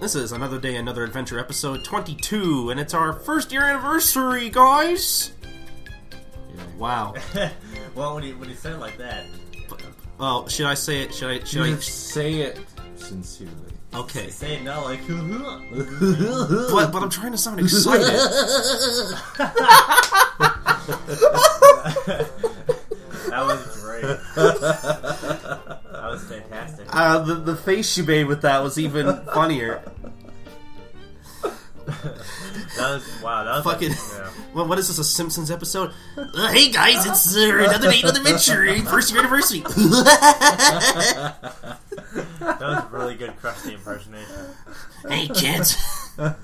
This is Another Day, Another Adventure, episode 22, and it's our first year anniversary, guys! Yeah, wow. well, when he when he said it like that, Well, should I say it? Should I? Should I? Just say it sincerely. Okay. say it now like hoo-hoo. But, but I'm trying to sound excited. that was great. that was fantastic. Uh, the, the face you made with that was even funnier. That was wow. That was Fucking. yeah. Well, what is this, a Simpsons episode? Uh, hey guys, it's uh, Another Day, Another Adventure, first year anniversary! That was a really good crusty impersonation. hey kids! I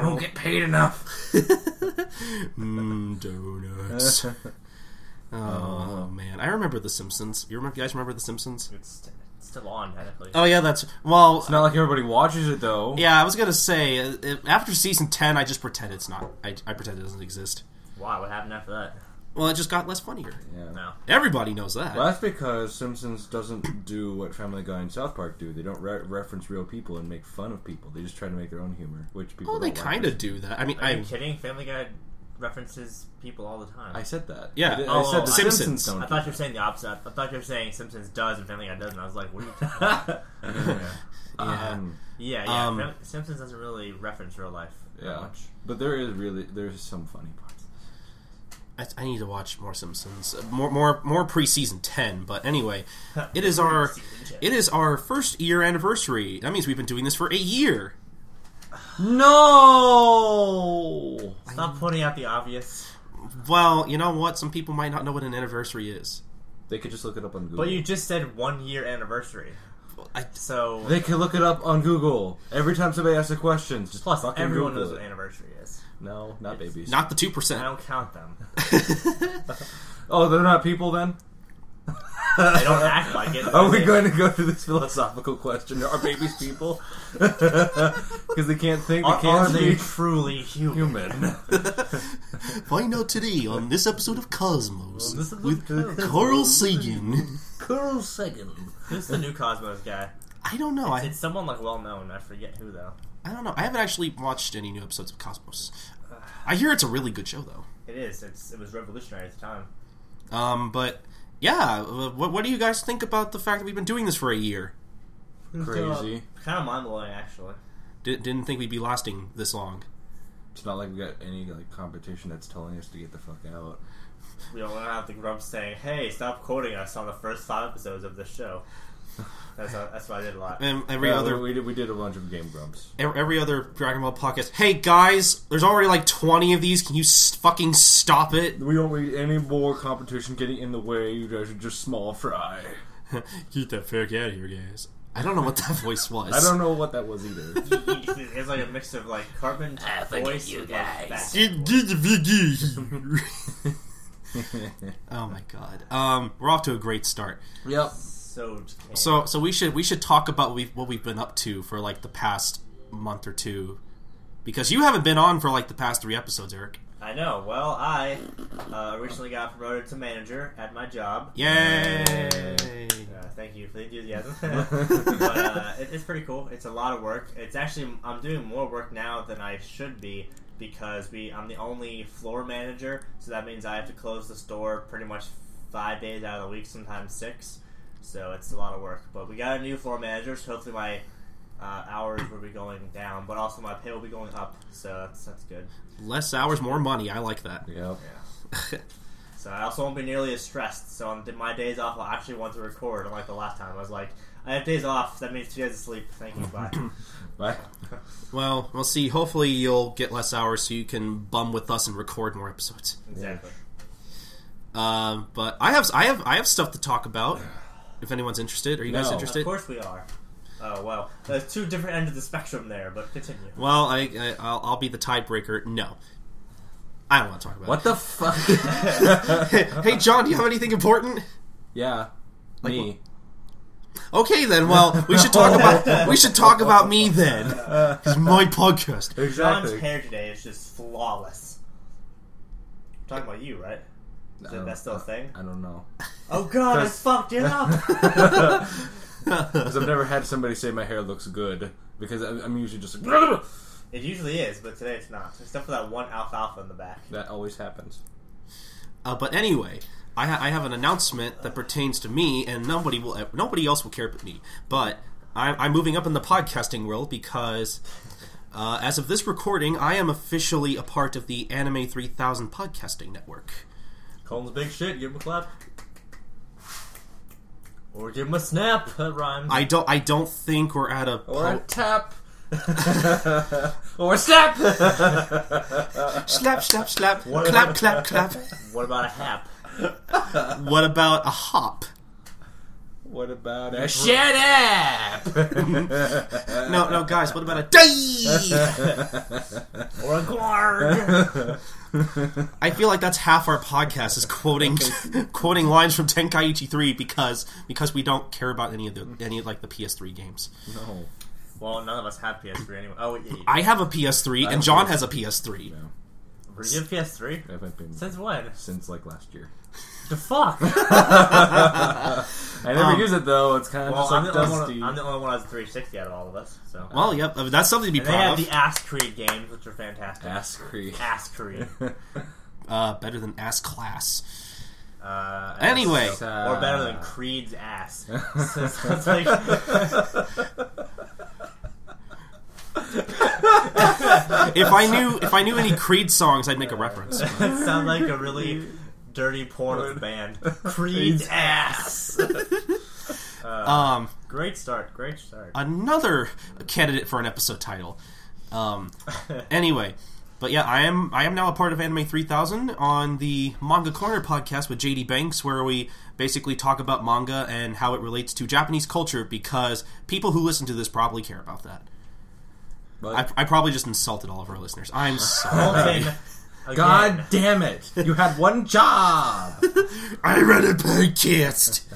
don't get paid enough. Mmm, donuts. Oh man, I remember The Simpsons. You remember? You guys remember The Simpsons? It's, it's still on technically. Oh yeah, that's well. It's not like everybody watches it though. Yeah, I was gonna say uh, if- after season ten, I just pretend it's not. I, I pretend it doesn't exist. Wow, what happened after that? Well, it just got less funnier. Yeah. No. Everybody knows that. Well, that's because Simpsons doesn't do what Family Guy and South Park do. They don't re- reference real people and make fun of people. They just try to make their own humor, which people. Oh, Well, they don't like. kind of do that. I mean, Are you I kidding? Family Guy references people all the time. I said that. Yeah. I, did- I Oh, said the Simpsons. Simpsons, don't. I do thought you were saying the opposite. I thought you were saying Simpsons does and Family Guy doesn't. I was like, what are you talking about? that. yeah. Um, yeah, yeah. Um, Fam- Simpsons doesn't really reference real life that yeah. much. But there is really there's some funny parts. I, I need to watch more Simpsons, uh, more more more pre season ten. But anyway, it is our it is our first year anniversary. That means we've been doing this for a year. No. Stop pointing out the obvious. Well, you know what? Some people might not know what an anniversary is. They could just look it up on Google. But you just said one year anniversary. I, So They can look it up on Google. Every time somebody asks a question, just plus fucking everyone Google knows what it. anniversary is. No, not babies. not the two I percent. don't count them. oh, they're not people then. I don't act like it. Are we going to go through this philosophical question? Are babies people? Because they can't think, they Are, are can't they speak. truly human? Human. Find out today on this episode of Cosmos This is with the, Carl Sagan. Carl Sagan. who's the new Cosmos guy? I don't know. I, It's someone like well known. I forget who though. I don't know. I haven't actually watched any new episodes of Cosmos. I hear it's a really good show though. It is. It's, it was revolutionary at the time. Um, but yeah, uh, what, what do you guys think about the fact that we've been doing this for a year? uh, Crazy. Kind of mind blowing, actually. Did, didn't think we'd be lasting this long. It's not like we got any like competition that's telling us to get the fuck out. We don't want to have the grumps saying, "Hey, stop quoting us on the first five episodes of this show." That's uh, that's what I did a lot. And every Yeah, other we did, we did a bunch of Game Grumps. ev- every other Dragon Ball podcast. Hey guys, there's already like 20 of these. Can you s- fucking stop it? We don't need any more competition getting in the way. You guys are just small fry. Get that fuck out of here, guys. I don't know what that voice was. I don't know what that was either. it's like a mix of like Cartman voice you guys. oh my god. Um, we're off to a great start. yep. So tame. So so we should we should talk about what we've, what we've been up to for like the past month or two, because you haven't been on for like the past three episodes, Eric. I know. Well, I uh, recently got promoted to manager at my job. Yay! Uh, thank you for the enthusiasm. but uh, it, it's pretty cool. It's a lot of work. It's actually I'm doing more work now than I should be because we I'm the only floor manager, so that means I have to close the store pretty much five days out of the week, sometimes six. So it's a lot of work. But we got a new floor manager, so hopefully my uh, hours will be going down, but also my pay will be going up. So that's that's good. Less hours, more money. I like that. Yep. So I also won't be nearly as stressed. So on th- my days off, I'll actually want to record. Unlike the last time, I was like, I have days off. That means two days of sleep. Thank you. Bye. Right. Well, we'll see. Hopefully, you'll get less hours so you can bum with us and record more episodes. exactly. Um, but I have I have I have stuff to talk about. If anyone's interested, are you guys No. interested? Of course we are. Oh well, there's two different ends of the spectrum there. But continue. Well, I, I I'll, I'll be the tiebreaker. No, I don't want to talk about What the fuck? it. hey, John, do you have anything important? yeah. me. Okay, then. Well, we should talk about we should talk about me then. Uh, It's my podcast. John's Exactly. hair today is just flawless. I'm talking about you, right? Is I that, don't- that's still a thing? I don't know. Oh god, I That's- fucked it up. Because I've never had somebody say my hair looks good. Because I- I'm usually just like, it usually is, but today it's not. Except for that one alfalfa in the back. that always happens. Uh, but anyway, I, ha- I have an announcement that pertains to me, and nobody will e, nobody else will care but me. But I- I'm moving up in the podcasting world because, uh, as of this recording, I am officially a part of the Anime 3000 podcasting network. Colin's big shit. Give him a clap. Or give him a snap. That rhymes. I don't I don't think we're at a Or a po- tap. or a snap. slap slap slap What- clap clap clap. what about a hap? What about a hop? What about a Shut up. No no guys, what about a day? or a guard. I feel like that's half our podcast is quoting quoting lines from Tenkaichi 3 because because we don't care about any of the any of like the PS3 games. No. well, none of us have PS3 anyway. Oh, wait, yeah, you- I have a PS3 and have John a has a PS3. No. were you have PS3 That might be since when? since like last year. The fuck. I never use it though. It's kind of well, just I'm like the, only dusty. one, I'm the only one who has a 360 out of all of us. So. Well, yep, I mean, that's something to be And they had proud the of. Ass Creed games, which are fantastic. Ass creek. Ass Creed. Uh, better than ass class. Uh, Anyway. so- or better than Creed's ass. So it's like- If I knew if I knew any Creed songs, I'd make a reference. it sounds like a really dirty porn of the band. Creed's ass. Uh, Um, Great start. Great start. another candidate for an episode title. Um, anyway, but yeah, I am I am now a part of Anime 3000 on the Manga Corner podcast with JD Banks, where we basically talk about manga and how it relates to Japanese culture. Because people who listen to this probably care about that. I, But, I probably just insulted all of our listeners. I'm sorry. Colton, again. God damn it! You had one job. I read a podcast.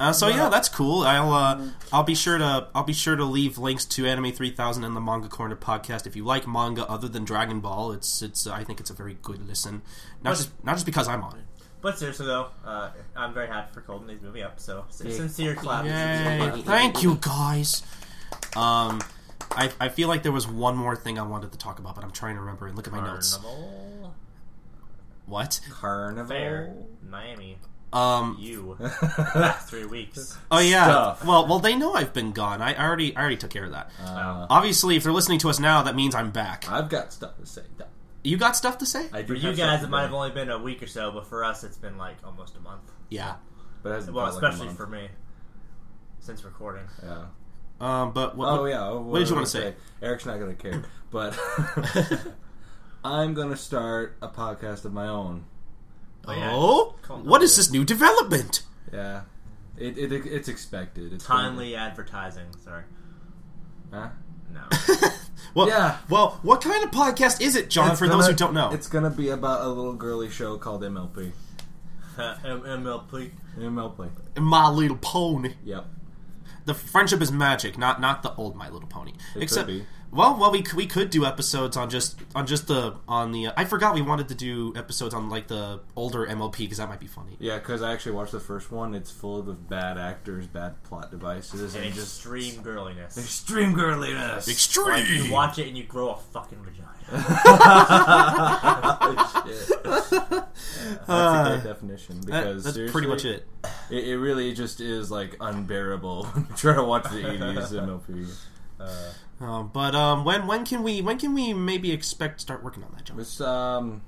Uh, so yeah, that's cool. I'll uh, I'll be sure to I'll be sure to leave links to Anime Three Thousand and the Manga Corner podcast. If you like manga other than Dragon Ball, it's it's I think it's a very good listen. Not just not just because I'm on it. But seriously though, uh, I'm very happy for Colton. He's moving up. So sin- Yeah. sincere clap. Yay! Thank you guys. Um, I I feel like there was one more thing I wanted to talk about, but I'm trying to remember and look at my notes. Carnival, What? Carnival. fair, Miami, Um, you. Last three weeks. Oh yeah. Stuff. Well, well, they know I've been gone. I already, I already took care of that. Uh, Obviously, if they're listening to us now, that means I'm back. I've got stuff to say. You got stuff to say? I do For you have guys, stuff it might have to say, only been a week or so, but for us, it's been like almost a month. Yeah. but it hasn't Well, felt like a especially month. for me, since recording. Yeah. Um, but what, Oh yeah. What, did you I wanna was say? gonna Eric's not gonna care, but I'm gonna start a podcast of my own. Oh, yeah. Oh, Call what is number. this new development? Yeah. It, it it's expected. It's Timely advertising. Sorry, Huh? no. Well, Yeah. Well, what kind of podcast is it, John? It's for those gonna- who don't know, it's gonna be about a little girly show called MLP. M- MLP. MLP. My Little Pony. Yep. The friendship is magic, not not the old My Little Pony. could Except, be. well, well, we c- we could do episodes on just on just the on the. I forgot we wanted to do episodes on like the older MLP because that might be funny. Yeah, because I actually watched the first one. It's full of the bad actors, bad plot devices, And and just extreme girliness. extreme Like, girliness. you Extreme. watch it and you grow a fucking vagina. That's a good definition Uh, That- because that's pretty seriously, much it. it. It really just is like unbearable when you try to watch the 80s MLP. Um, but um, when when can we when can we maybe expect to start working on that, John? It's um,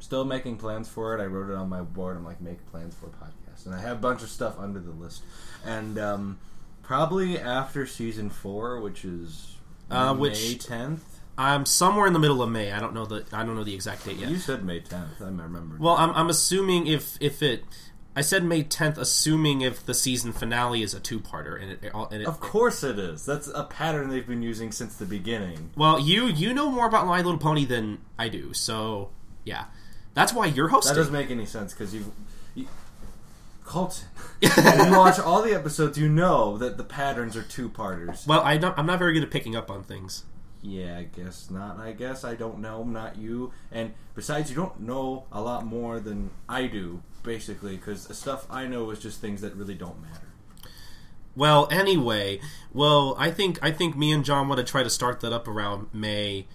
still making plans for it. I wrote it on my board. I'm like, make plans for podcast, and I have a bunch of stuff under the list. And um, probably after season four, which is Uh, May which- 10th. I'm somewhere in the middle of May. I don't know the I don't know the exact date yet. You said May 10th. I remember. Well, I'm, I'm assuming if if it, I said May 10th, assuming if the season finale is a two-parter and it, it all- and it, of course it is. That's a pattern they've been using since the beginning. Well, you you know more about My Little Pony than I do, so yeah, that's why you're That hosting. doesn't make any sense because you've. You, Colton, when you watch all the episodes, you know that the patterns are two parters. well, I don't, I'm not very good at picking up on things. yeah, I guess not. I guess I don't know. Not you. And besides, you don't know a lot more than I do, basically, because the stuff I know is just things that really don't matter. Well, anyway, well, I think I think me and John want to try to start that up around May,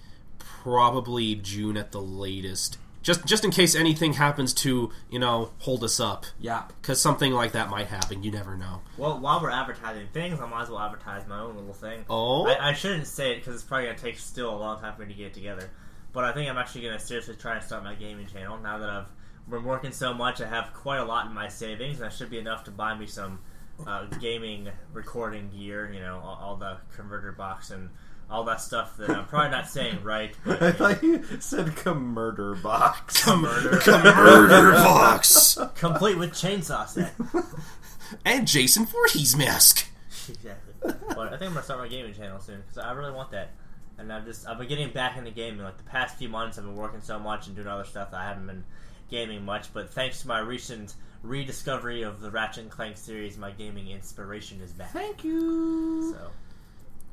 probably June at the latest. Just just in case anything happens to you know hold us up, Yeah. because something like that might happen. You never know. Well, while we're advertising things, I might as well advertise my own little thing. Oh, I, I shouldn't say it because it's probably gonna take still a long time for me to get it together. But I think I'm actually gonna seriously try and start my gaming channel now that I've been working so much. I have quite a lot in my savings, and that should be enough to buy me some uh, gaming recording gear. You know, all, all the converter box and all that stuff that I'm probably not saying right. But, I you know, thought you said murder box. murder, murder box, complete with chainsaw set. and Jason Voorhees mask. exactly. But I think I'm gonna start my gaming channel soon because I really want that. And I've just I've been getting back into gaming. Like the past few months, I've been working so much and doing other stuff that I haven't been gaming much. But thanks to my recent rediscovery of the Ratchet and Clank series, my gaming inspiration is back. Thank you. So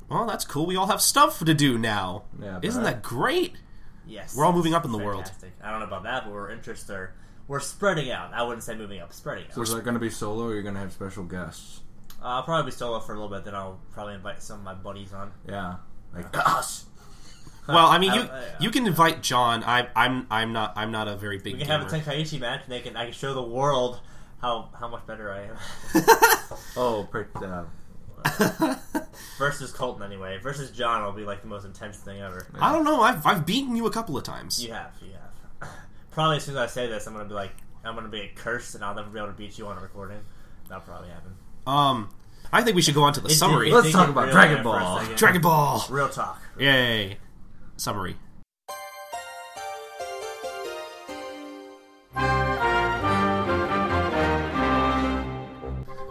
Well, that's cool. We all have stuff to do now. Yeah, Isn't but- that great? yes, We're all moving up in the world. fantastic. I don't know about that, but we're interests are we're spreading out. I wouldn't say moving up, spreading So out. is that going to be solo, or you're going to have special guests? Uh, I'll probably be solo for a little bit, then I'll probably invite some of my buddies on. Yeah, like us. Well, I mean, I- you I- you can invite John. I, I'm I'm not I'm not a very big. We can gamer. have a Tenkaichi match, and they can I can show the world how how much better I am. Oh, per- uh, versus Colton anyway. Versus John will be like the most intense thing ever. I don't know. I've, I've beaten you a couple of times. You have, you have. probably as soon as I say this, I'm gonna be like, I'm gonna be cursed, and I'll never be able to beat you on a recording. That'll probably happen. Um, I think we should go on to the It did- summary. it Let's did talk get about real Dragon there for a Ball. second. Dragon Ball. Real talk. Yay! Summary.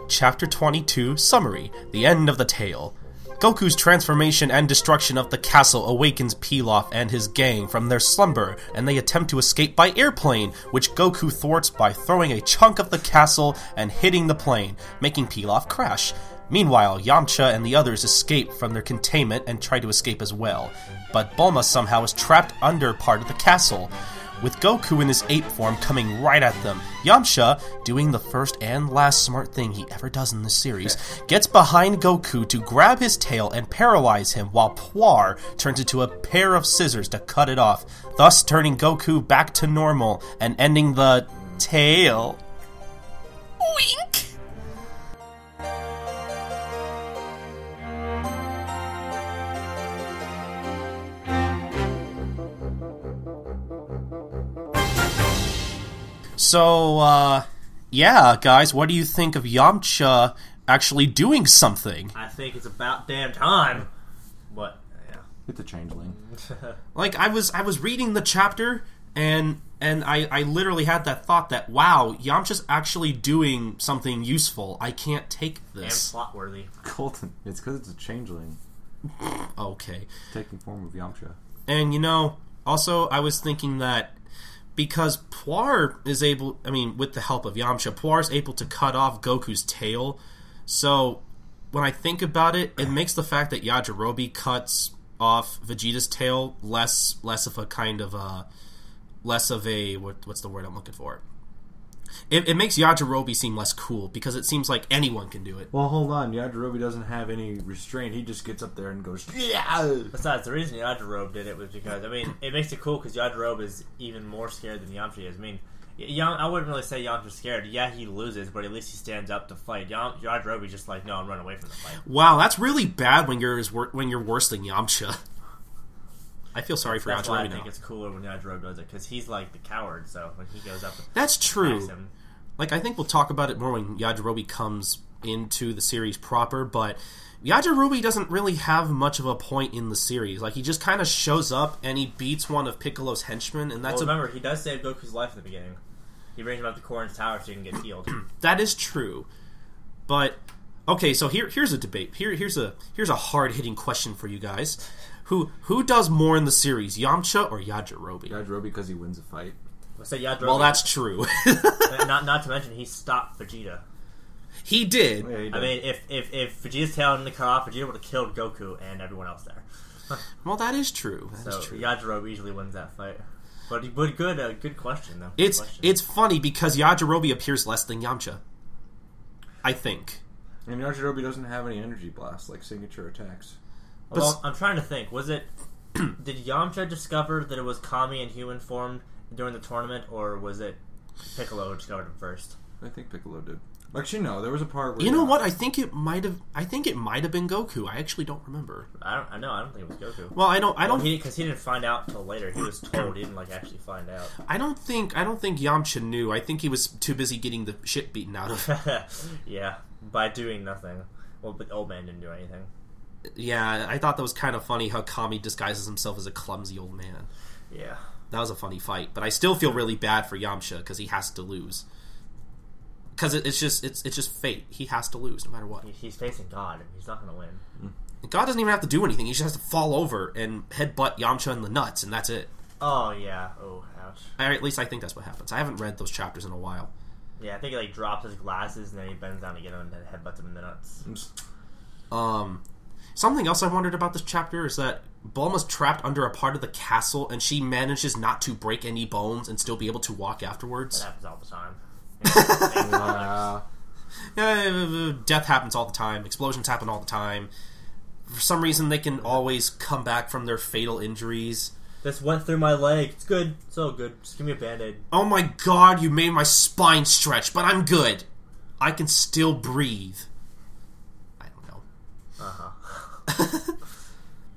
Chapter 22 Summary The End of the Tale. Goku's transformation and destruction of the castle awakens Pilaf and his gang from their slumber, and they attempt to escape by airplane, which Goku thwarts by throwing a chunk of the castle and hitting the plane, making Pilaf crash. Meanwhile, Yamcha and the others escape from their containment and try to escape as well, but Bulma somehow is trapped under part of the castle. With Goku in his ape form coming right at them, Yamcha, doing the first and last smart thing he ever does in this series, gets behind Goku to grab his tail and paralyze him while Puar turns into a pair of scissors to cut it off, thus turning Goku back to normal and ending the tail. Wink! So, uh, yeah, guys, what do you think of Yamcha actually doing something? I think it's about damn time. But yeah, with the changeling. Like, I was, I was reading the chapter, and and I, I literally had that thought that wow, Yamcha's actually doing something useful. I can't take and this. plot worthy. Colton. It's because it's a changeling Okay, taking form of Yamcha. and you know, also I was thinking that because Puar is able, I mean, with the help of Yamcha, Puar is able to cut off Goku's tail. So when I think about it, it makes the fact that Yajirobe cuts off Vegeta's tail less less of a kind of a less of a what, what's the word I'm looking for. It, it makes Yajirobe seem less cool because it seems like anyone can do it. Well, hold on. Yajirobe doesn't have any restraint. He just gets up there and goes, yeah! Besides, the reason Yajirobe did it was because I mean, it makes it cool because Yajirobe is even more scared than Yamcha is. I mean, Y- Yam- I wouldn't really say Yamcha's scared. Yeah, he loses, but at least he stands up to fight. Yam- Yajirobe's just like, no, I'm running away from the fight. Wow, that's really bad when you're as wor- when you're worse than Yamcha. I feel sorry for That's why I Yajirobe now. think it's cooler when Yajirobe does it because he's like the coward. So when he goes up and That's attacks true. him, Like I think we'll talk about it more when Yajirobe comes into the series proper, but Yajirobe doesn't really have much of a point in the series. Like he just kind of shows up and he beats one of Piccolo's henchmen, and well, that's remember he does save Goku's life in the beginning. He brings him up to Korin's tower so he can get healed. a that is true. But okay, so here here's a debate. Here here's a here's a hard hitting question for you guys. Who who does more in the series, Yamcha or Yajirobe? Yajirobe because he wins a fight. so Yajirobe, Well, that's true. not not to mention he stopped Vegeta. he did. Oh, Yeah, he I does. mean, if if if Vegeta's tail didn't cut off, Vegeta would have killed Goku and everyone else there. Well, that is true. That is So true. Yajirobe easily wins that fight. But he- but good uh, good question though. Good It's question. it's funny because Yajirobe appears less than Yamcha. I think. And Yajirobe doesn't have any energy blasts like signature attacks. well, I'm trying to think. Was it did Yamcha discover that it was Kami in human form during the tournament, or was it Piccolo who discovered it first? I think Piccolo did. Actually, no. There was a part where You know what? I think it might have. I think it might have been Goku. I actually don't remember. I don't. I know. I don't think it was Goku. Well, I don't. I Because don't. he, 'cause he didn't find out till later. He was told. He didn't like actually find out. I don't think. I don't think Yamcha knew. I think he was too busy getting the shit beaten out of. yeah, by doing nothing. Well, but old man didn't do anything. yeah, I thought that was kind of funny how Kami disguises himself as a clumsy old man. Yeah. That was a funny fight, but I still feel really bad for Yamcha because he has to lose. Because it, it's just it's it's just fate. He has to lose no matter what. He- He's facing God. He's not going to win. God doesn't even have to do anything. He just has to fall over and headbutt Yamcha in the nuts, and that's it. Oh yeah. Oh ouch. Or at least I think that's what happens. I haven't read those chapters in a while. Yeah, I think he like drops his glasses and then he bends down to get him and then headbutts him in the nuts. Um, something else I wondered about this chapter is that Bulma's trapped under a part of the castle, and she manages not to break any bones and still be able to walk That afterwards. happens all the time. Yeah. Uh, Yeah, death happens all the time. Explosions happen all the time. For some reason, they can always come back from their fatal injuries. this went through my leg. It's good. It's all good. Just give me a band aid. Oh my god, you made my spine stretch, but I'm good. I can still breathe. I don't know. Uh huh.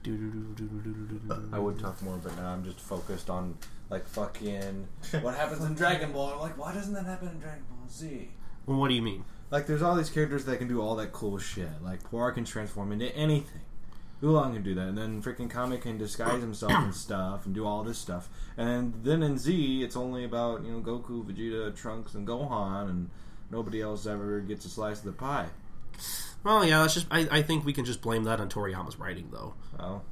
Uh, I would talk more, but now I'm just focused on like fucking what happens in Dragon Ball. I'm like, why doesn't that happen in Dragon Ball Z? Well, what do you mean? Like, there's all these characters that can do all that cool shit. Like, Poir can transform into anything. Oolong can do that, and then freaking Kami can disguise himself and stuff, and do all this stuff. And then in Z, it's only about you know Goku, Vegeta, Trunks, and Gohan, and nobody else ever gets a slice of the pie. Well, yeah, that's just. I, I think we can just blame that on Toriyama's writing, though. Well,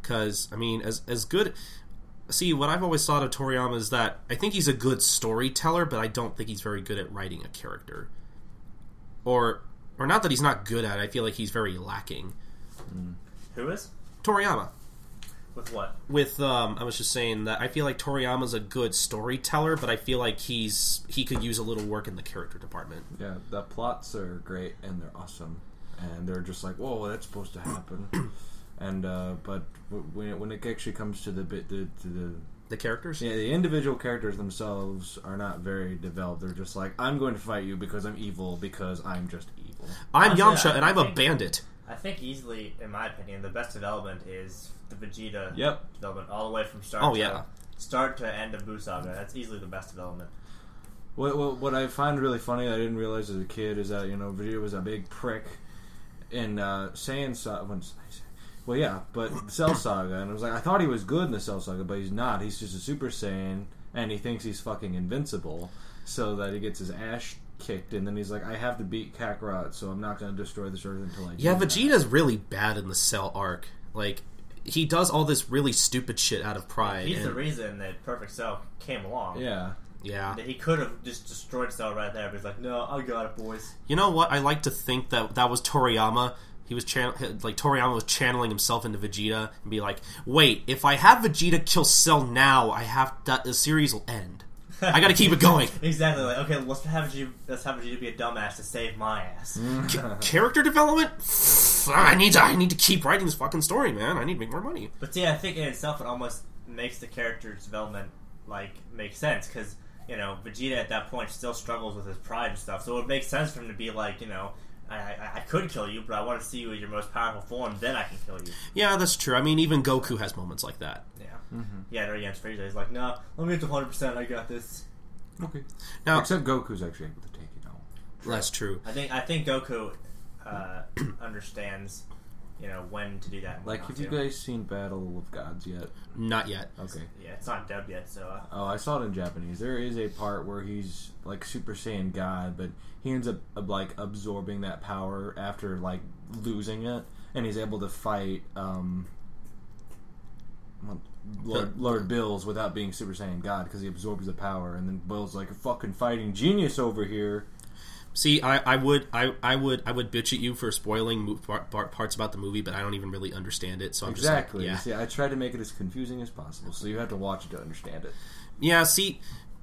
Because, I mean, as, as good. See, what I've always thought of Toriyama is that I think he's a good storyteller, but I don't think he's very good at writing a character. Or. Or not that he's not good at it, I feel like he's very lacking. Who is? Toriyama. With what? with um, I was just saying that I feel like Toriyama's a good storyteller, but I feel like he's he could use a little work in the character department. yeah, the plots are great and they're awesome, and they're just like, whoa, that's supposed to happen. and uh, but w- when it, when it actually comes to the bit the, to the The characters, Yeah, the individual characters themselves are not very developed. They're just like, I'm going to fight you because I'm evil because I'm just evil. I'm Honestly, Yamcha and I I'm a think- bandit. I think easily, in my opinion, the best development is the Vegeta Yep. development all the way from start. Oh to, yeah, Start to end of Buu Saga. That's easily the best development. What, what, what I find really funny, I didn't realize as a kid, is that you know Vegeta was a big prick in uh, Saiyan Saga. When, well, yeah, but Cell Saga, and I was like, I thought he was good in the Cell Saga, but he's not. He's just a Super Saiyan, and he thinks he's fucking invincible, so that he gets his ass kicked, and then he's like, I have to beat Kakarot, so I'm not going to destroy this earth until I. do yeah. that." Vegeta's really bad in the Cell arc. Like he does all this really stupid shit out of pride. He's the and- reason that Perfect Cell came along. Yeah. yeah, That he could have just destroyed Cell right there, but he's like, no, I got it, boys. you know what? I like to think that that was Toriyama. He was chan- like Toriyama was channeling himself into Vegeta and be like, "Wait, if I have Vegeta kill Cell now, I have that the series will end. I got to keep it going." Exactly. Like, okay, let's have you. Let's have you be a dumbass to save my ass. Mm. character development Pfft, i need to i need to keep writing this fucking story man i need to make more money But see, I think in itself, it almost makes the character's development like make sense because you know Vegeta at that point still struggles with his pride and stuff. So it makes sense for him to be like, you know, I, I, I could kill you, but I want to see you in your most powerful form. Then I can kill you. yeah that's true i mean even goku has moments like that Yeah. Mm-hmm. Yeah. They're against Frieza. He's like, no, let me get to 100. percent I got this. Okay. Now- except Goku's actually able to take it all. that's true I think I think Goku uh, understands, you know, when to do that. And when Like, not have you to. guys seen Battle of Gods yet? not yet Okay. Yeah, it's not dubbed yet, so. Uh, Oh, I saw it in Japanese. There is a part where he's like Super Saiyan God, but he ends up uh, like absorbing that power after like losing it, and he's able to fight um, what- Lord, Lord Bills without being Super Saiyan God because he absorbs the power, and then Bills like a fucking fighting genius over here. See, I, I would I, I would I would bitch at you for spoiling mo- par- par- parts about the movie, but I don't even really understand it. So I'm Exactly. just like, yeah. See, I tried to make it as confusing as possible, so you have to watch it to understand it. Yeah, see,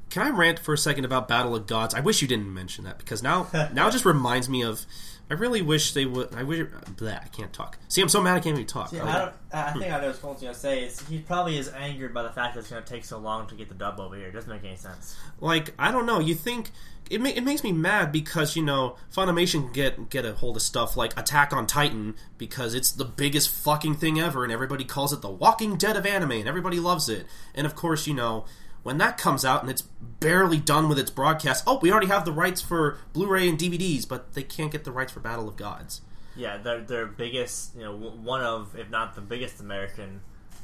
can I rant for a second about Battle of Gods? I wish you didn't mention that because now now it just reminds me of. I really wish they would. I wish. Bleh, I can't talk. See, I'm so mad I can't even talk. See, Oh, I, yeah. don't, I I think I know what Colton's going to say. It's, he probably is angered by the fact that it's going to take so long to get the dub over here. It doesn't make any sense. like I don't know. You think it? Ma- it makes me mad because you know Funimation can get get a hold of stuff like Attack on Titan because it's the biggest fucking thing ever, and everybody calls it the Walking Dead of anime, and everybody loves it. And of course, you know when that comes out and it's barely done with its broadcast. Oh, we already have the rights for Blu-ray and DVDs, but they can't get the rights for Battle of Gods. Yeah, their their biggest, you know, w- one of if not the biggest American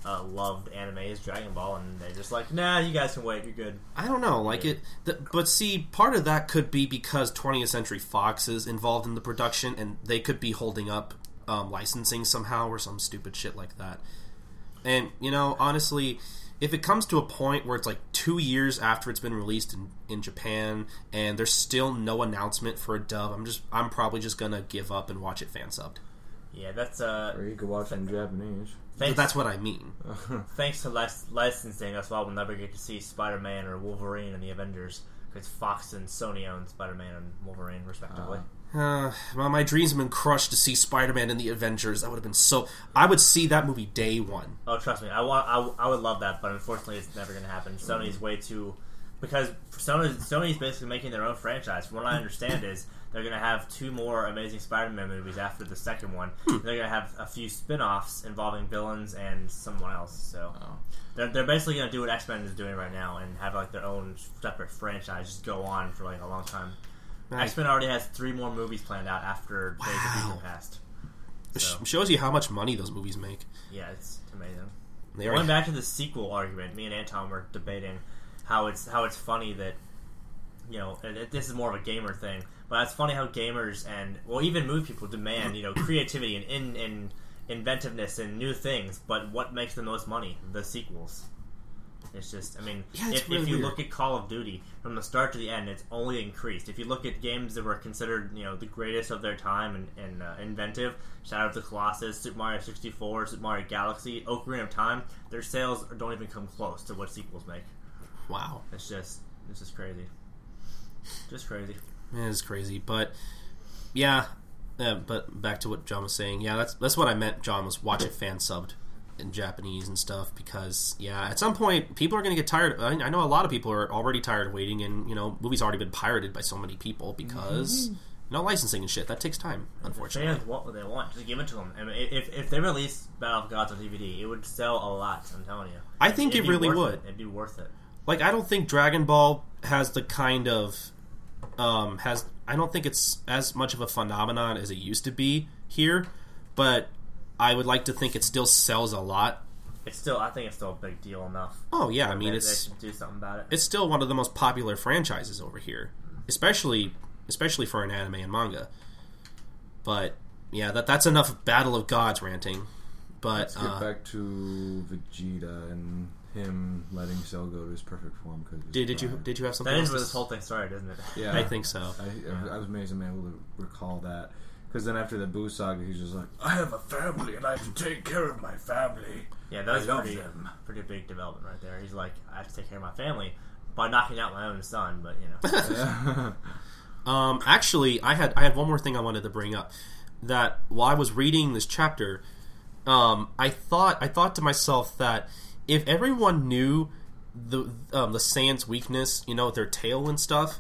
uh, loved anime is Dragon Ball, and they're just like, nah, you guys can wait, you're good. I don't know, like it, the, but see, part of that could be because 20th Century Fox is involved in the production, and they could be holding up um, licensing somehow or some stupid shit like that. And you know, honestly, if it comes to a point where it's like two years after it's been released in, in Japan, and there's still no announcement for a dub, I'm just, I'm probably just gonna give up and watch it fan subbed. Yeah, that's uh, Or you could watch it in Japanese. But thanks, that's what I mean. thanks to lic- licensing. That's why we'll never get to see Spider Man or Wolverine and the Avengers because Fox and Sony own Spider Man and Wolverine respectively. Uh, well, my dreams have been crushed to see Spider-Man and the Avengers. That would have been so. I would see that movie day one. Oh, trust me, I want, I, I would love that, but unfortunately, it's never going to happen. Sony's way too because Sony, Sony's basically making their own franchise. From what I understand is they're going to have two more Amazing Spider-Man movies after the second one. Hmm. And They're going to have a few spin-offs involving villains and someone else. So Oh. they're, they're basically going to do what X-Men is doing right now and have like their own separate franchise just go on for like a long time. Right. X-Men already has three more movies planned out after Days of Wow. Future Past. Sh- So. shows you how much money those movies make. Yeah, it's amazing. They Going are, back to the sequel argument, me and Anton were debating how it's how it's funny that you know and it, this is more of a gamer thing, but it's funny how gamers and well even movie people demand you know creativity and in and inventiveness and new things, but what makes the most money? The sequels. It's just, I mean, Yeah, it's if, really if you weird. look at Call of Duty from the start to the end, it's only increased. If you look at games that were considered, you know, the greatest of their time and, and uh, inventive, Shadow of the Colossus, Super Mario 64, Super Mario Galaxy, Ocarina of Time, their sales don't even come close to what sequels make. wow, It's just, it's just crazy. Just crazy. it is crazy. But yeah, uh, but back to what John was saying. Yeah, that's that's what I meant. John was watch it fan subbed in Japanese and stuff because yeah, at some point people are going to get tired. I, I know a lot of people are already tired of waiting, and you know, movies already been pirated by so many people because you know licensing and shit that takes time, unfortunately. Fans want what they want. Just give it to them. I mean, if, if they released Battle of Gods on DVD, it would sell a lot, I'm telling you. I think It'd it be really worth would. It'd be worth it. like I don't think Dragon Ball has the kind of um has I don't think it's as much of a phenomenon as it used to be here, but I would like to think it still sells a lot. It's still, I think it's still a big deal enough. Oh yeah, I They- mean it's they should do something about it. it's still one of the most popular franchises over here, especially especially for an anime and manga. But yeah, that that's enough Battle of Gods ranting. But Let's get uh, back to Vegeta and him letting Cell go to his perfect form. Cause did, did you did you have something? that else is where to this whole thing started, isn't it? Yeah, I think so. I, I Uh-huh. was amazed I'm able to recall that. Because then after the Boo saga, he's just like, I have a family and I have to take care of my family. Yeah, that was I love pretty, them. pretty big development right there. He's like, I have to take care of my family by knocking out my own son, but you know, Um, actually, I had I had one more thing I wanted to bring up. That while I was reading this chapter, um, I thought I thought to myself that if everyone knew the um, the Sans weakness, you know, their tail and stuff,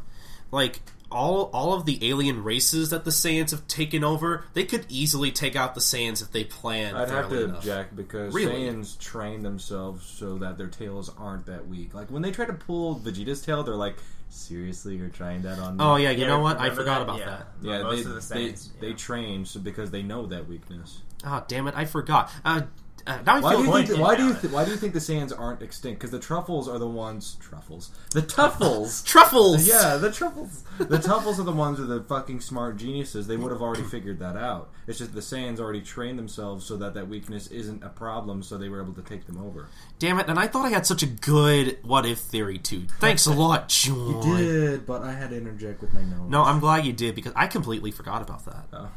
like all all of the alien races that the Saiyans have taken over, they could easily take out the Saiyans if they planned. I'd have thoroughly to enough. object because Really? Saiyans train themselves so that their tails aren't that weak. Like when they try to pull Vegeta's tail, they're like, "Seriously, you're trying that on?" me?" Oh yeah, you Yeah, know what? I remember forgot that? about Yeah. that. yeah. Most they, of the they, Saiyans, they yeah. train so because they know that weakness. Ah, damn it! I forgot. Uh, uh, now I Why do feel you think? Point The, why do you? invalid. Th- why do you think the sands aren't extinct? Because the truffles are the ones. Truffles. The tuffles. truffles. yeah, the truffles. The tuffles are the ones with the fucking smart geniuses. They would have already figured that out. It's just the sands already trained themselves so that that weakness isn't a problem. So they were able to take them over. Damn it! And I thought I had such a good what if theory too. Thanks a lot, John. Did, but I had to interject with my nose. No, I'm glad you did because I completely forgot about that. Oh.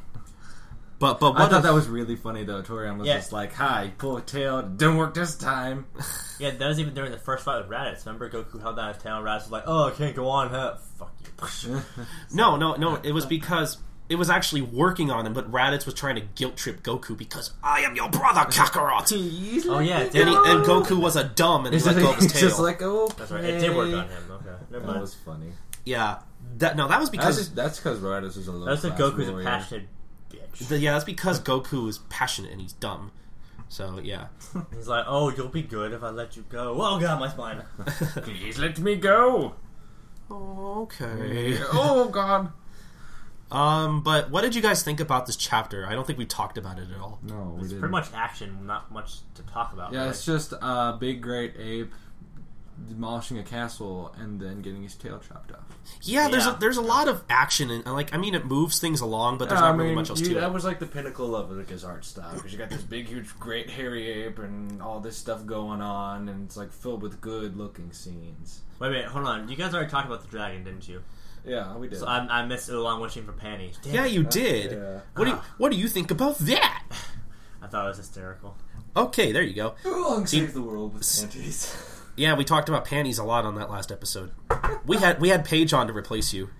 But but I what thought if, that was really funny though. Torian was Yeah. just like, "Hi, pull a tail. Didn't work this time." Yeah, that was even during the first fight with Raditz. Remember, Goku held down his tail, and Raditz was like, "Oh, I can't go on, huh? Fuck you." no no no it was because it was actually working on him, but Raditz was trying to guilt trip Goku because I am your brother Kakarot. oh Oh, yeah, And, he, and Goku was a dumb and he It's let just, go of his it's tail. just like, oh, That's right. It did work on him. Okay, never That mind. was funny. yeah, that no, that was because That's just that's because Riders is a low. That's That's what Goku's a passionate bitch. the- yeah, that's because Goku is passionate and he's dumb. So yeah, He's like, "Oh, you'll be good if I let you go." Oh God, my spine. Please let me go. okay. oh God. Um, but what did you guys think about this chapter? I don't think we talked about it at all. No, we It's didn't. pretty much action, not much to talk about. Yeah, really. it's just a big great ape demolishing a castle and then getting his tail chopped off. Yeah, there's Yeah. a, there's a lot of action and like I mean it moves things along, but there's I not mean, really much else you- to it. that was like the pinnacle of like his art style because you got this big, huge, great hairy ape and all this stuff going on, and it's like filled with good looking scenes. Wait, wait, hold on. You guys already talked about the dragon, didn't you? Yeah, we did. So I, I missed Oolong wishing for panties. Damn Yeah, it. you did. yeah. What do you, what do you think about that? I thought it was hysterical. Okay, there you go. Oolong saved the world with panties. Yeah, we talked about panties a lot on that last episode. We had we had Paige on to replace you.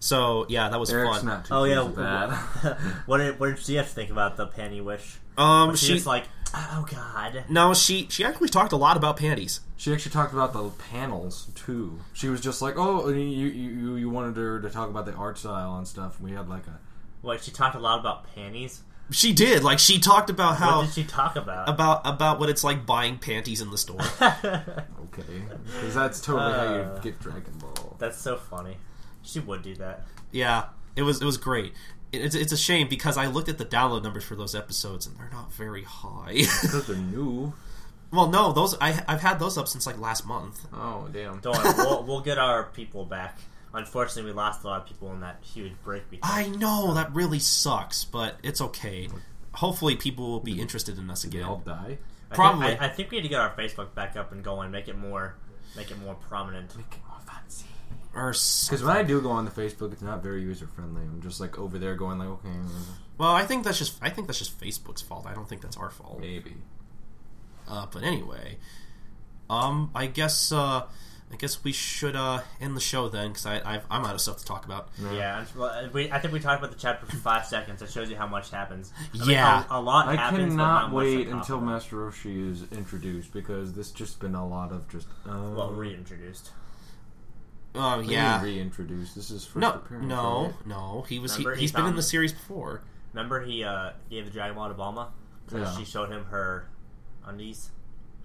So yeah, that was fun. too Oh yeah, pleased with what did what did she have to think about the panty wish? um, She's she like, "Oh God." no, she she actually talked a lot about panties. She actually talked about the panels too. She was just like, "Oh, you you- you you wanted her to talk about the art style and stuff." We had like a Wait, she talked a lot about panties. She did like she talked about What how did she talk about? about about what it's like buying panties in the store. okay, because that's totally how Uh. you get Dragon Ball. That's so funny. She would do that. Yeah, it was it was great. It- It's, it's a shame because I looked at the download numbers for those episodes and they're not very high. Because they're new. well, no, those I I've had those up since like last month. Oh damn. Don't worry, we'll, we'll get our people back. Unfortunately, we lost a lot of people in that huge break we took. I know that really sucks, but it's okay. Hopefully, people will be interested in us They all again. die. I think- Probably. I, I think we need to get our Facebook back up and going, make it more, make it more prominent. Or s- Because when I do go on the Facebook, it's not very user friendly. I'm just like over there going like, okay, well, I think that's just I think that's just Facebook's fault. I don't think that's our fault. maybe. Uh, but anyway, um, I guess uh, I guess we should uh end the show then because I I've, I'm out of stuff to talk about. Yeah, and, well, uh, we, I think we talked about the chapter for five seconds. It shows you how much happens. I mean, Yeah. a, a lot I happens. but cannot not much to wait talk until about. Master Roshi is introduced because this just been a lot of just um, well reintroduced. Oh what do you mean yeah. reintroduced. This is first No, appearance. no, right? no. He was. He, Remember, he he's been in found- the series before. Remember, he uh, gave the Dragon Ball to Bulma because Yeah. she showed him her undies.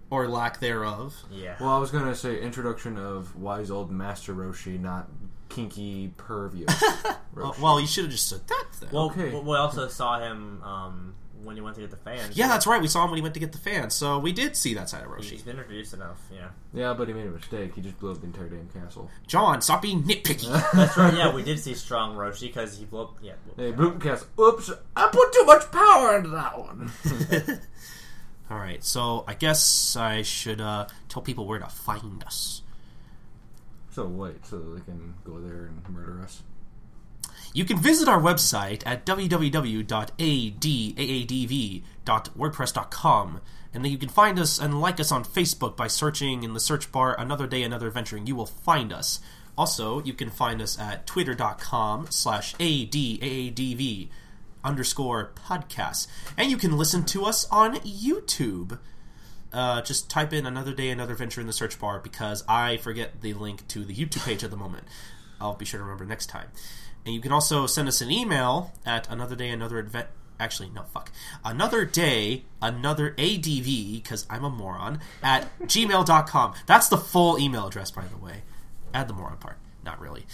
or lack thereof. Yeah. Well, I was gonna say introduction of wise old Master Roshi, not kinky pervy. Uh, Oh, Roshi. well, you should have just said that then. Well, okay. we- we also saw him um, when he went to get the fans. yeah, that's right. We saw him when he went to get the fans, so we did see that side of He's Roshi. been introduced enough. Yeah. yeah, but he made a mistake. He just blew up the entire damn castle. John, stop being nitpicky. That's right. Yeah, we did see strong Roshi because he blew up. Yeah. Hey, blew up the castle. Oops, I put too much power into that one. All right, so I guess I should uh, tell people where to find us. so wait, so they can go there and murder us. You can visit our website at www.adaadv.wordpress.com, and then you can find us and like us on Facebook by searching in the search bar Another Day, Another Adventuring. You will find us. Also, you can find us at twitter.com slash adaadv underscore podcasts. And you can listen to us on YouTube. Uh, just type in Another Day, Another Adventure in the search bar because I forget the link to the YouTube page at the moment. I'll be sure to remember next time. And you can also send us an email at another day, another advent. Actually, no, fuck. Another day, another ADV, because I'm a moron, at gmail.com. That's the full email address, by the way. Add the moron part. Not really.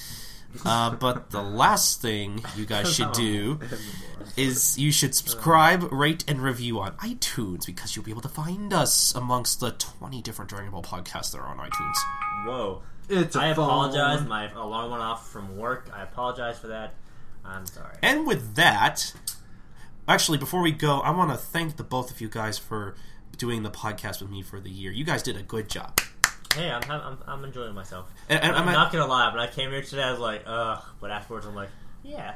Uh, but the last thing you guys should do Evermore. is you should subscribe, rate, and review on iTunes because you'll be able to find us amongst the 20 different Dragon Ball podcasts that are on iTunes. Whoa. It's a I phone. apologize. My alarm went off from work. I apologize for that. I'm sorry. And with that, actually, before we go, I want to thank the both of you guys for doing the podcast with me for the year. You guys did a good job. Hey, I'm, I'm, I'm enjoying myself. And, and- I'm and I- not gonna lie, when I came here today, I was like, ugh. But afterwards, I'm like, yeah,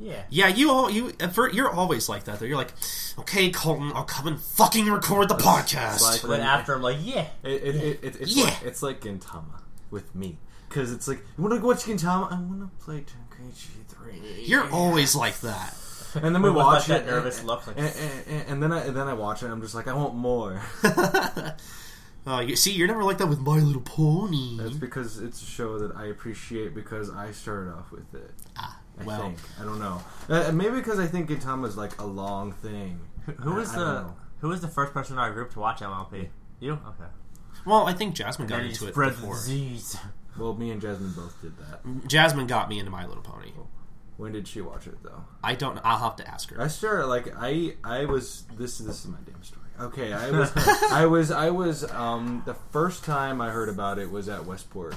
yeah. yeah, you all you for, you're always like that. Though you're like, okay, Colton, I'll come and fucking record the podcast. like- But then after, I'm like, yeah. It, it, it, it, it's, Yeah. like, it's like Gintama with me. Because it's like, you want to watch Gintama? I want to play Tenkaichi 3. you're always like that. And then we With, like, watch that it. nervous and, look, like- and, and, and then I and then I watch it. and I'm just like, I want more. Uh, you, see, you're never like that with My Little Pony. That's because it's a show that I appreciate because I started off with it. Ah, I well. think I don't know. Uh, maybe because I think Gintama's like a long thing. Who was I don't the know. Who was the first person in our group to watch MLP? You? Okay. Well, I think Jasmine got you into it spread the before. disease. Well, me and Jasmine both did that. Jasmine got me into My Little Pony. When did she watch it though? I don't. know. I'll have to ask her. I started like I I was this this is my damn story. Okay, I was I was I was um the first time I heard about it was at Westport,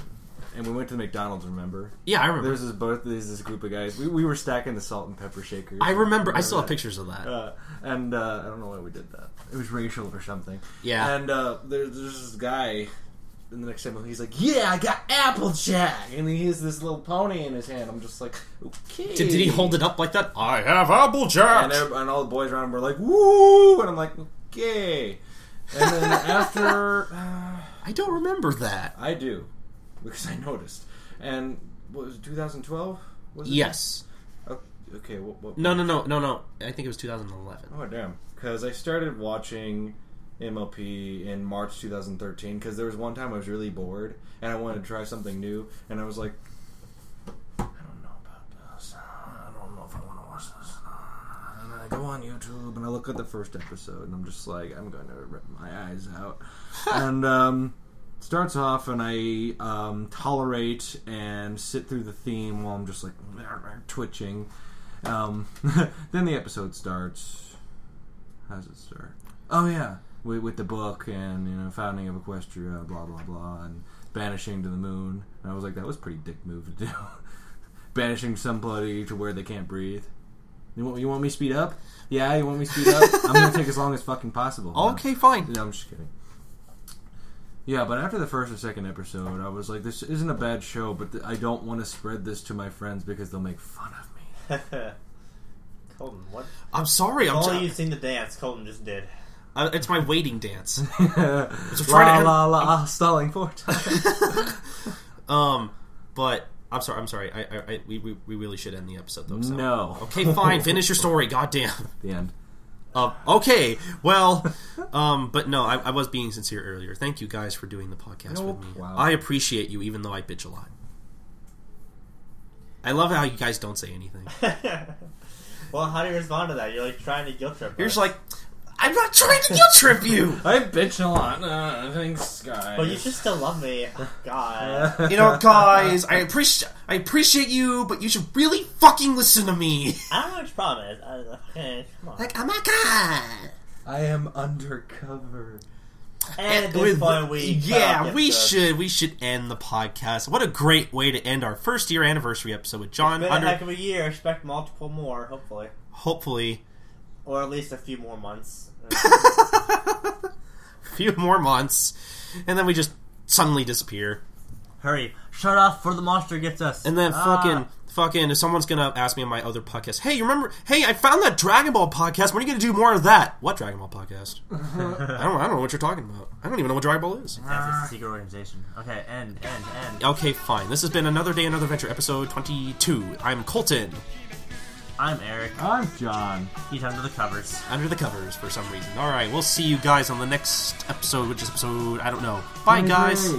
and we went to the McDonald's. Remember? Yeah, I There remember. was this both there's this group of guys. We, we were stacking the salt and pepper shakers. I remember. I still have that? pictures of that. Uh, and uh, I don't know why we did that. It was racial or something. Yeah. And uh, there's, there's this guy. In the next segment, he's like, "Yeah, I got Applejack," and he has this little pony in his hand. I'm just like, "Okay." Did, did he hold it up like that? I have Applejack. and, every- and all the boys around him were like, "Woo!" And I'm like, "Okay." And then after uh, I don't remember that. I do, because I noticed. And what was it, 2012? Was it? Yes. Oh, okay. What, what, No, no, no, no, no. I think it was 2011. Oh damn! Because I started watching MLP in March 2013. Because there was one time I was really bored and I wanted to try something new, and I was like, I don't know about this. I don't know if I want to watch this. And then I go on YouTube and I look at the first episode, and I'm just like, I'm going to rip my eyes out. and um, starts off, and I um, tolerate and sit through the theme while I'm just like twitching. Um, then the episode starts. How does it start? Oh yeah, with, with the book and you know founding of Equestria, blah blah blah, and banishing to the moon. And I was like, that was a pretty dick move to do. banishing somebody to where they can't breathe. You want you want me to speed up? Yeah, you want me to speed up? I'm gonna take as long as fucking possible. No. Okay, fine. No, I'm just kidding. Yeah, but after the first or second episode, I was like, this isn't a bad show, but th- I don't want to spread this to my friends because they'll make fun of me. Colton, what? I'm sorry. I'm. All T- you've seen the dance Colton just did. Oh, uh, it's my waiting dance. la, Friday- la, la, stalling for time. Um, but I'm sorry. I'm sorry. I, I, I we, we, we really should end the episode though. so- No. Okay, fine. Finish your story. Goddamn. Oh, the end. Um, okay. Well, um, but no, I, I was being sincere earlier. Thank you guys for doing the podcast Nope. with me. Wow. I appreciate you, even though I bitch a lot. I love how you guys don't say anything. well, how do you respond to that? You're like trying to guilt trip. You're us. just like, I'm not trying to guilt trip you. I bitch a lot. Uh, thanks, guys. but you should still love me. Oh, God. You know, guys, I appreciate I appreciate you, but you should really fucking listen to me. I don't know what your problem is. I, okay, come on. Like, oh my god. I am undercover. And at this With- point, we cut yeah, off we the- should we should end the podcast. What a great way to end our first year anniversary episode with John Been a heck Under. of a year. Expect multiple more, hopefully, Hopefully, or at least a few more months. a few more months, and then we just suddenly disappear. Hurry! Shut off, for the monster gets us. And then Ah. fucking fucking if someone's gonna ask me on my other podcast, hey, you remember? Hey, I found that Dragon Ball podcast. When are you gonna do more of that? What Dragon Ball podcast? I don't I don't know what you're talking about. I don't even know what Dragon Ball is. That's a secret organization. Okay, end, end, end. Okay, fine. This has been another day, another venture, episode twenty-two. I'm Colton. I'm Eric. I'm John. He's under the covers. under the covers for some reason. All right, we'll see you guys on the next episode, which is episode I don't know. Bye, guys.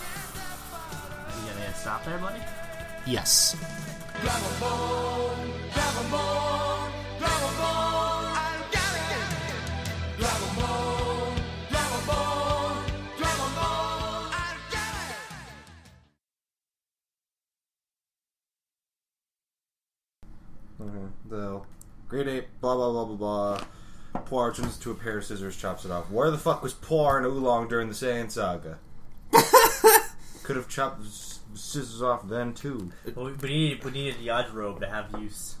Are you gonna stop there, buddy? Uh, Yes. Dragon Ball, Dragon Ball, Dragon Ball. I got it. Dragon Ball, Dragon Ball, Dragon time. The great ape, blah blah blah blah blah. Poor turns to a pair of scissors, chops it off. Where the fuck was Poor and Oolong during the Saiyan saga? Could have chopped s- scissors off then too. Well, we, we needed we needed Yadro to have use.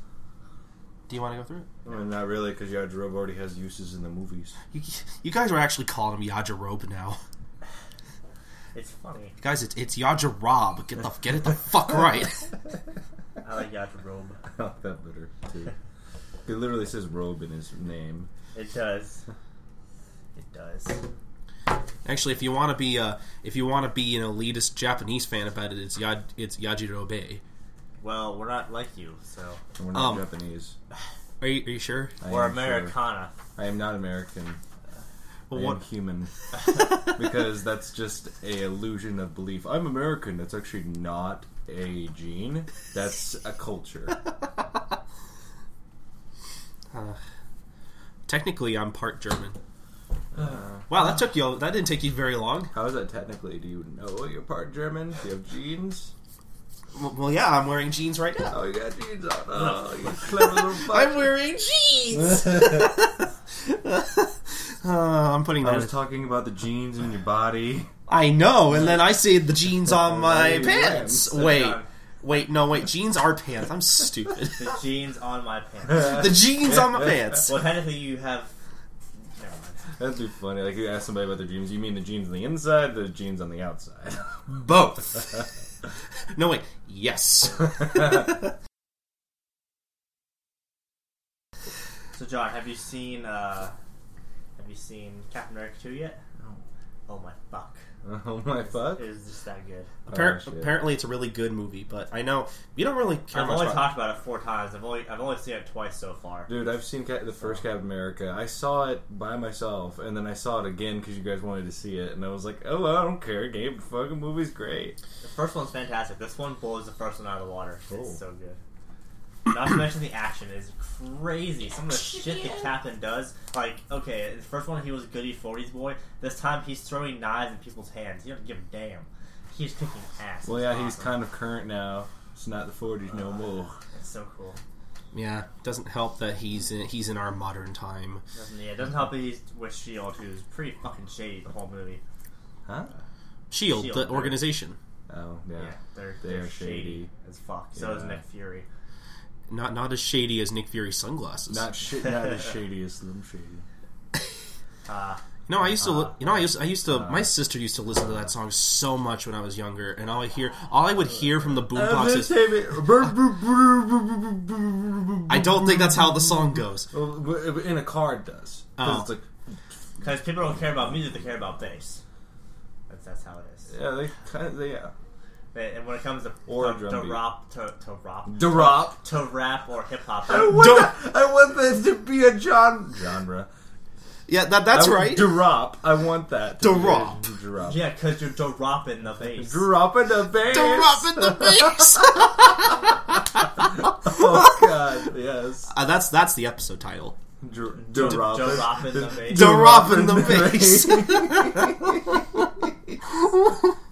Do you want to go through it? I mean, not really, because Yajirobe already has uses in the movies. You, you guys are actually calling him Yajirobe now, It's funny. guys. It's it's Yajirob. Get the get it the fuck right. I like Yadro. Not that bitter too. It literally says robe in his name. It does. It does. Actually, if you want to be uh, if you want to be an elitist Japanese fan about it, it's Yad it's Yajirobe. Well, we're not like you, so And We're not Um, Japanese. Are you, are you sure? I we're am sure. Americana. I am not American. Well, I what, am human. because that's just a illusion of belief. I'm American. That's actually not a gene. That's a culture. technically, I'm part German. Uh, Wow, that took you. That didn't take you very long. How is that technically? Do you know you're part German? Do you have genes? Well, well, yeah, I'm wearing jeans right now. Oh, you got genes on. Oh, you clever little I'm fuck. wearing jeans. Uh, I'm putting I that. was in. talking about the genes in your body. I know, and then I see the jeans on my Right, pants. right. Wait, Done. wait, no, wait. Jeans are pants. I'm stupid. The jeans on my pants. the jeans on my pants. well, technically, you have. Never mind. That'd be funny. Like you ask somebody about their genes, you mean the genes on the inside, the genes on the outside. Both. no, wait. Yes. Oh, So, John, have you seen uh, have you seen Captain America two yet? Oh my fuck! oh my fuck! It is just that good. Appar- shit. apparently, it's a really good movie, but I know you don't really care I've much only about. talked about it four times. I've only I've only seen it twice so far. Dude, I've seen Cap- the first Captain America. I saw it by myself, and then I saw it again because you guys wanted to see it, and I was like, "Oh, I don't care. Game fucking movie's great." The first one's fantastic. This one blows the first one out of the water. Cool. It's so good. Not to mention the action is crazy. Some of the shit that Captain does, like okay, the first one he was goody forties boy. This time he's throwing knives in people's hands. You don't give a damn. He's kicking ass. Well, It's yeah, he's awesome. kind of current now. It's not the '40s no more. It's so cool. Yeah, doesn't help that he's in, he's in our modern time. Doesn't, yeah, it doesn't help that he's with Shield, who's pretty fucking shady the whole movie. Huh? Shield, Shield, the right. organization, Oh yeah. Yeah, they're, They they're, are shady. shady. as fuck. So is Yeah. Nick Fury. not not as shady as Nick Fury's sunglasses. Not shit. Not as shady as Slim Shady. Uh, No, I used to. Uh, you know, I used. I used to. my sister used to listen to that song so much when I was younger, and all I hear, all I would hear from the boombox is, "I don't think that's how the song goes." Well, in a car, it does. 'Cause Oh. It's like, because people don't care about music, they care about bass. That's that's how it is. yeah, they kind of, they, yeah. They- And when it comes to Or a to, drum to beat. rap, to, to rap, Drop. to rap or hip hop, Don't- I want this to be a genre. Genre. Yeah, that that's I, right. Drop. I want that. To be a Drop. Drop. yeah, because you're to rapping the bass. Drop in the bass. Drop in the mix. Oh god, yes. Uh, that's that's the episode title. Dr- To- Drop. to rap in the bass. Drop in the mix. bass.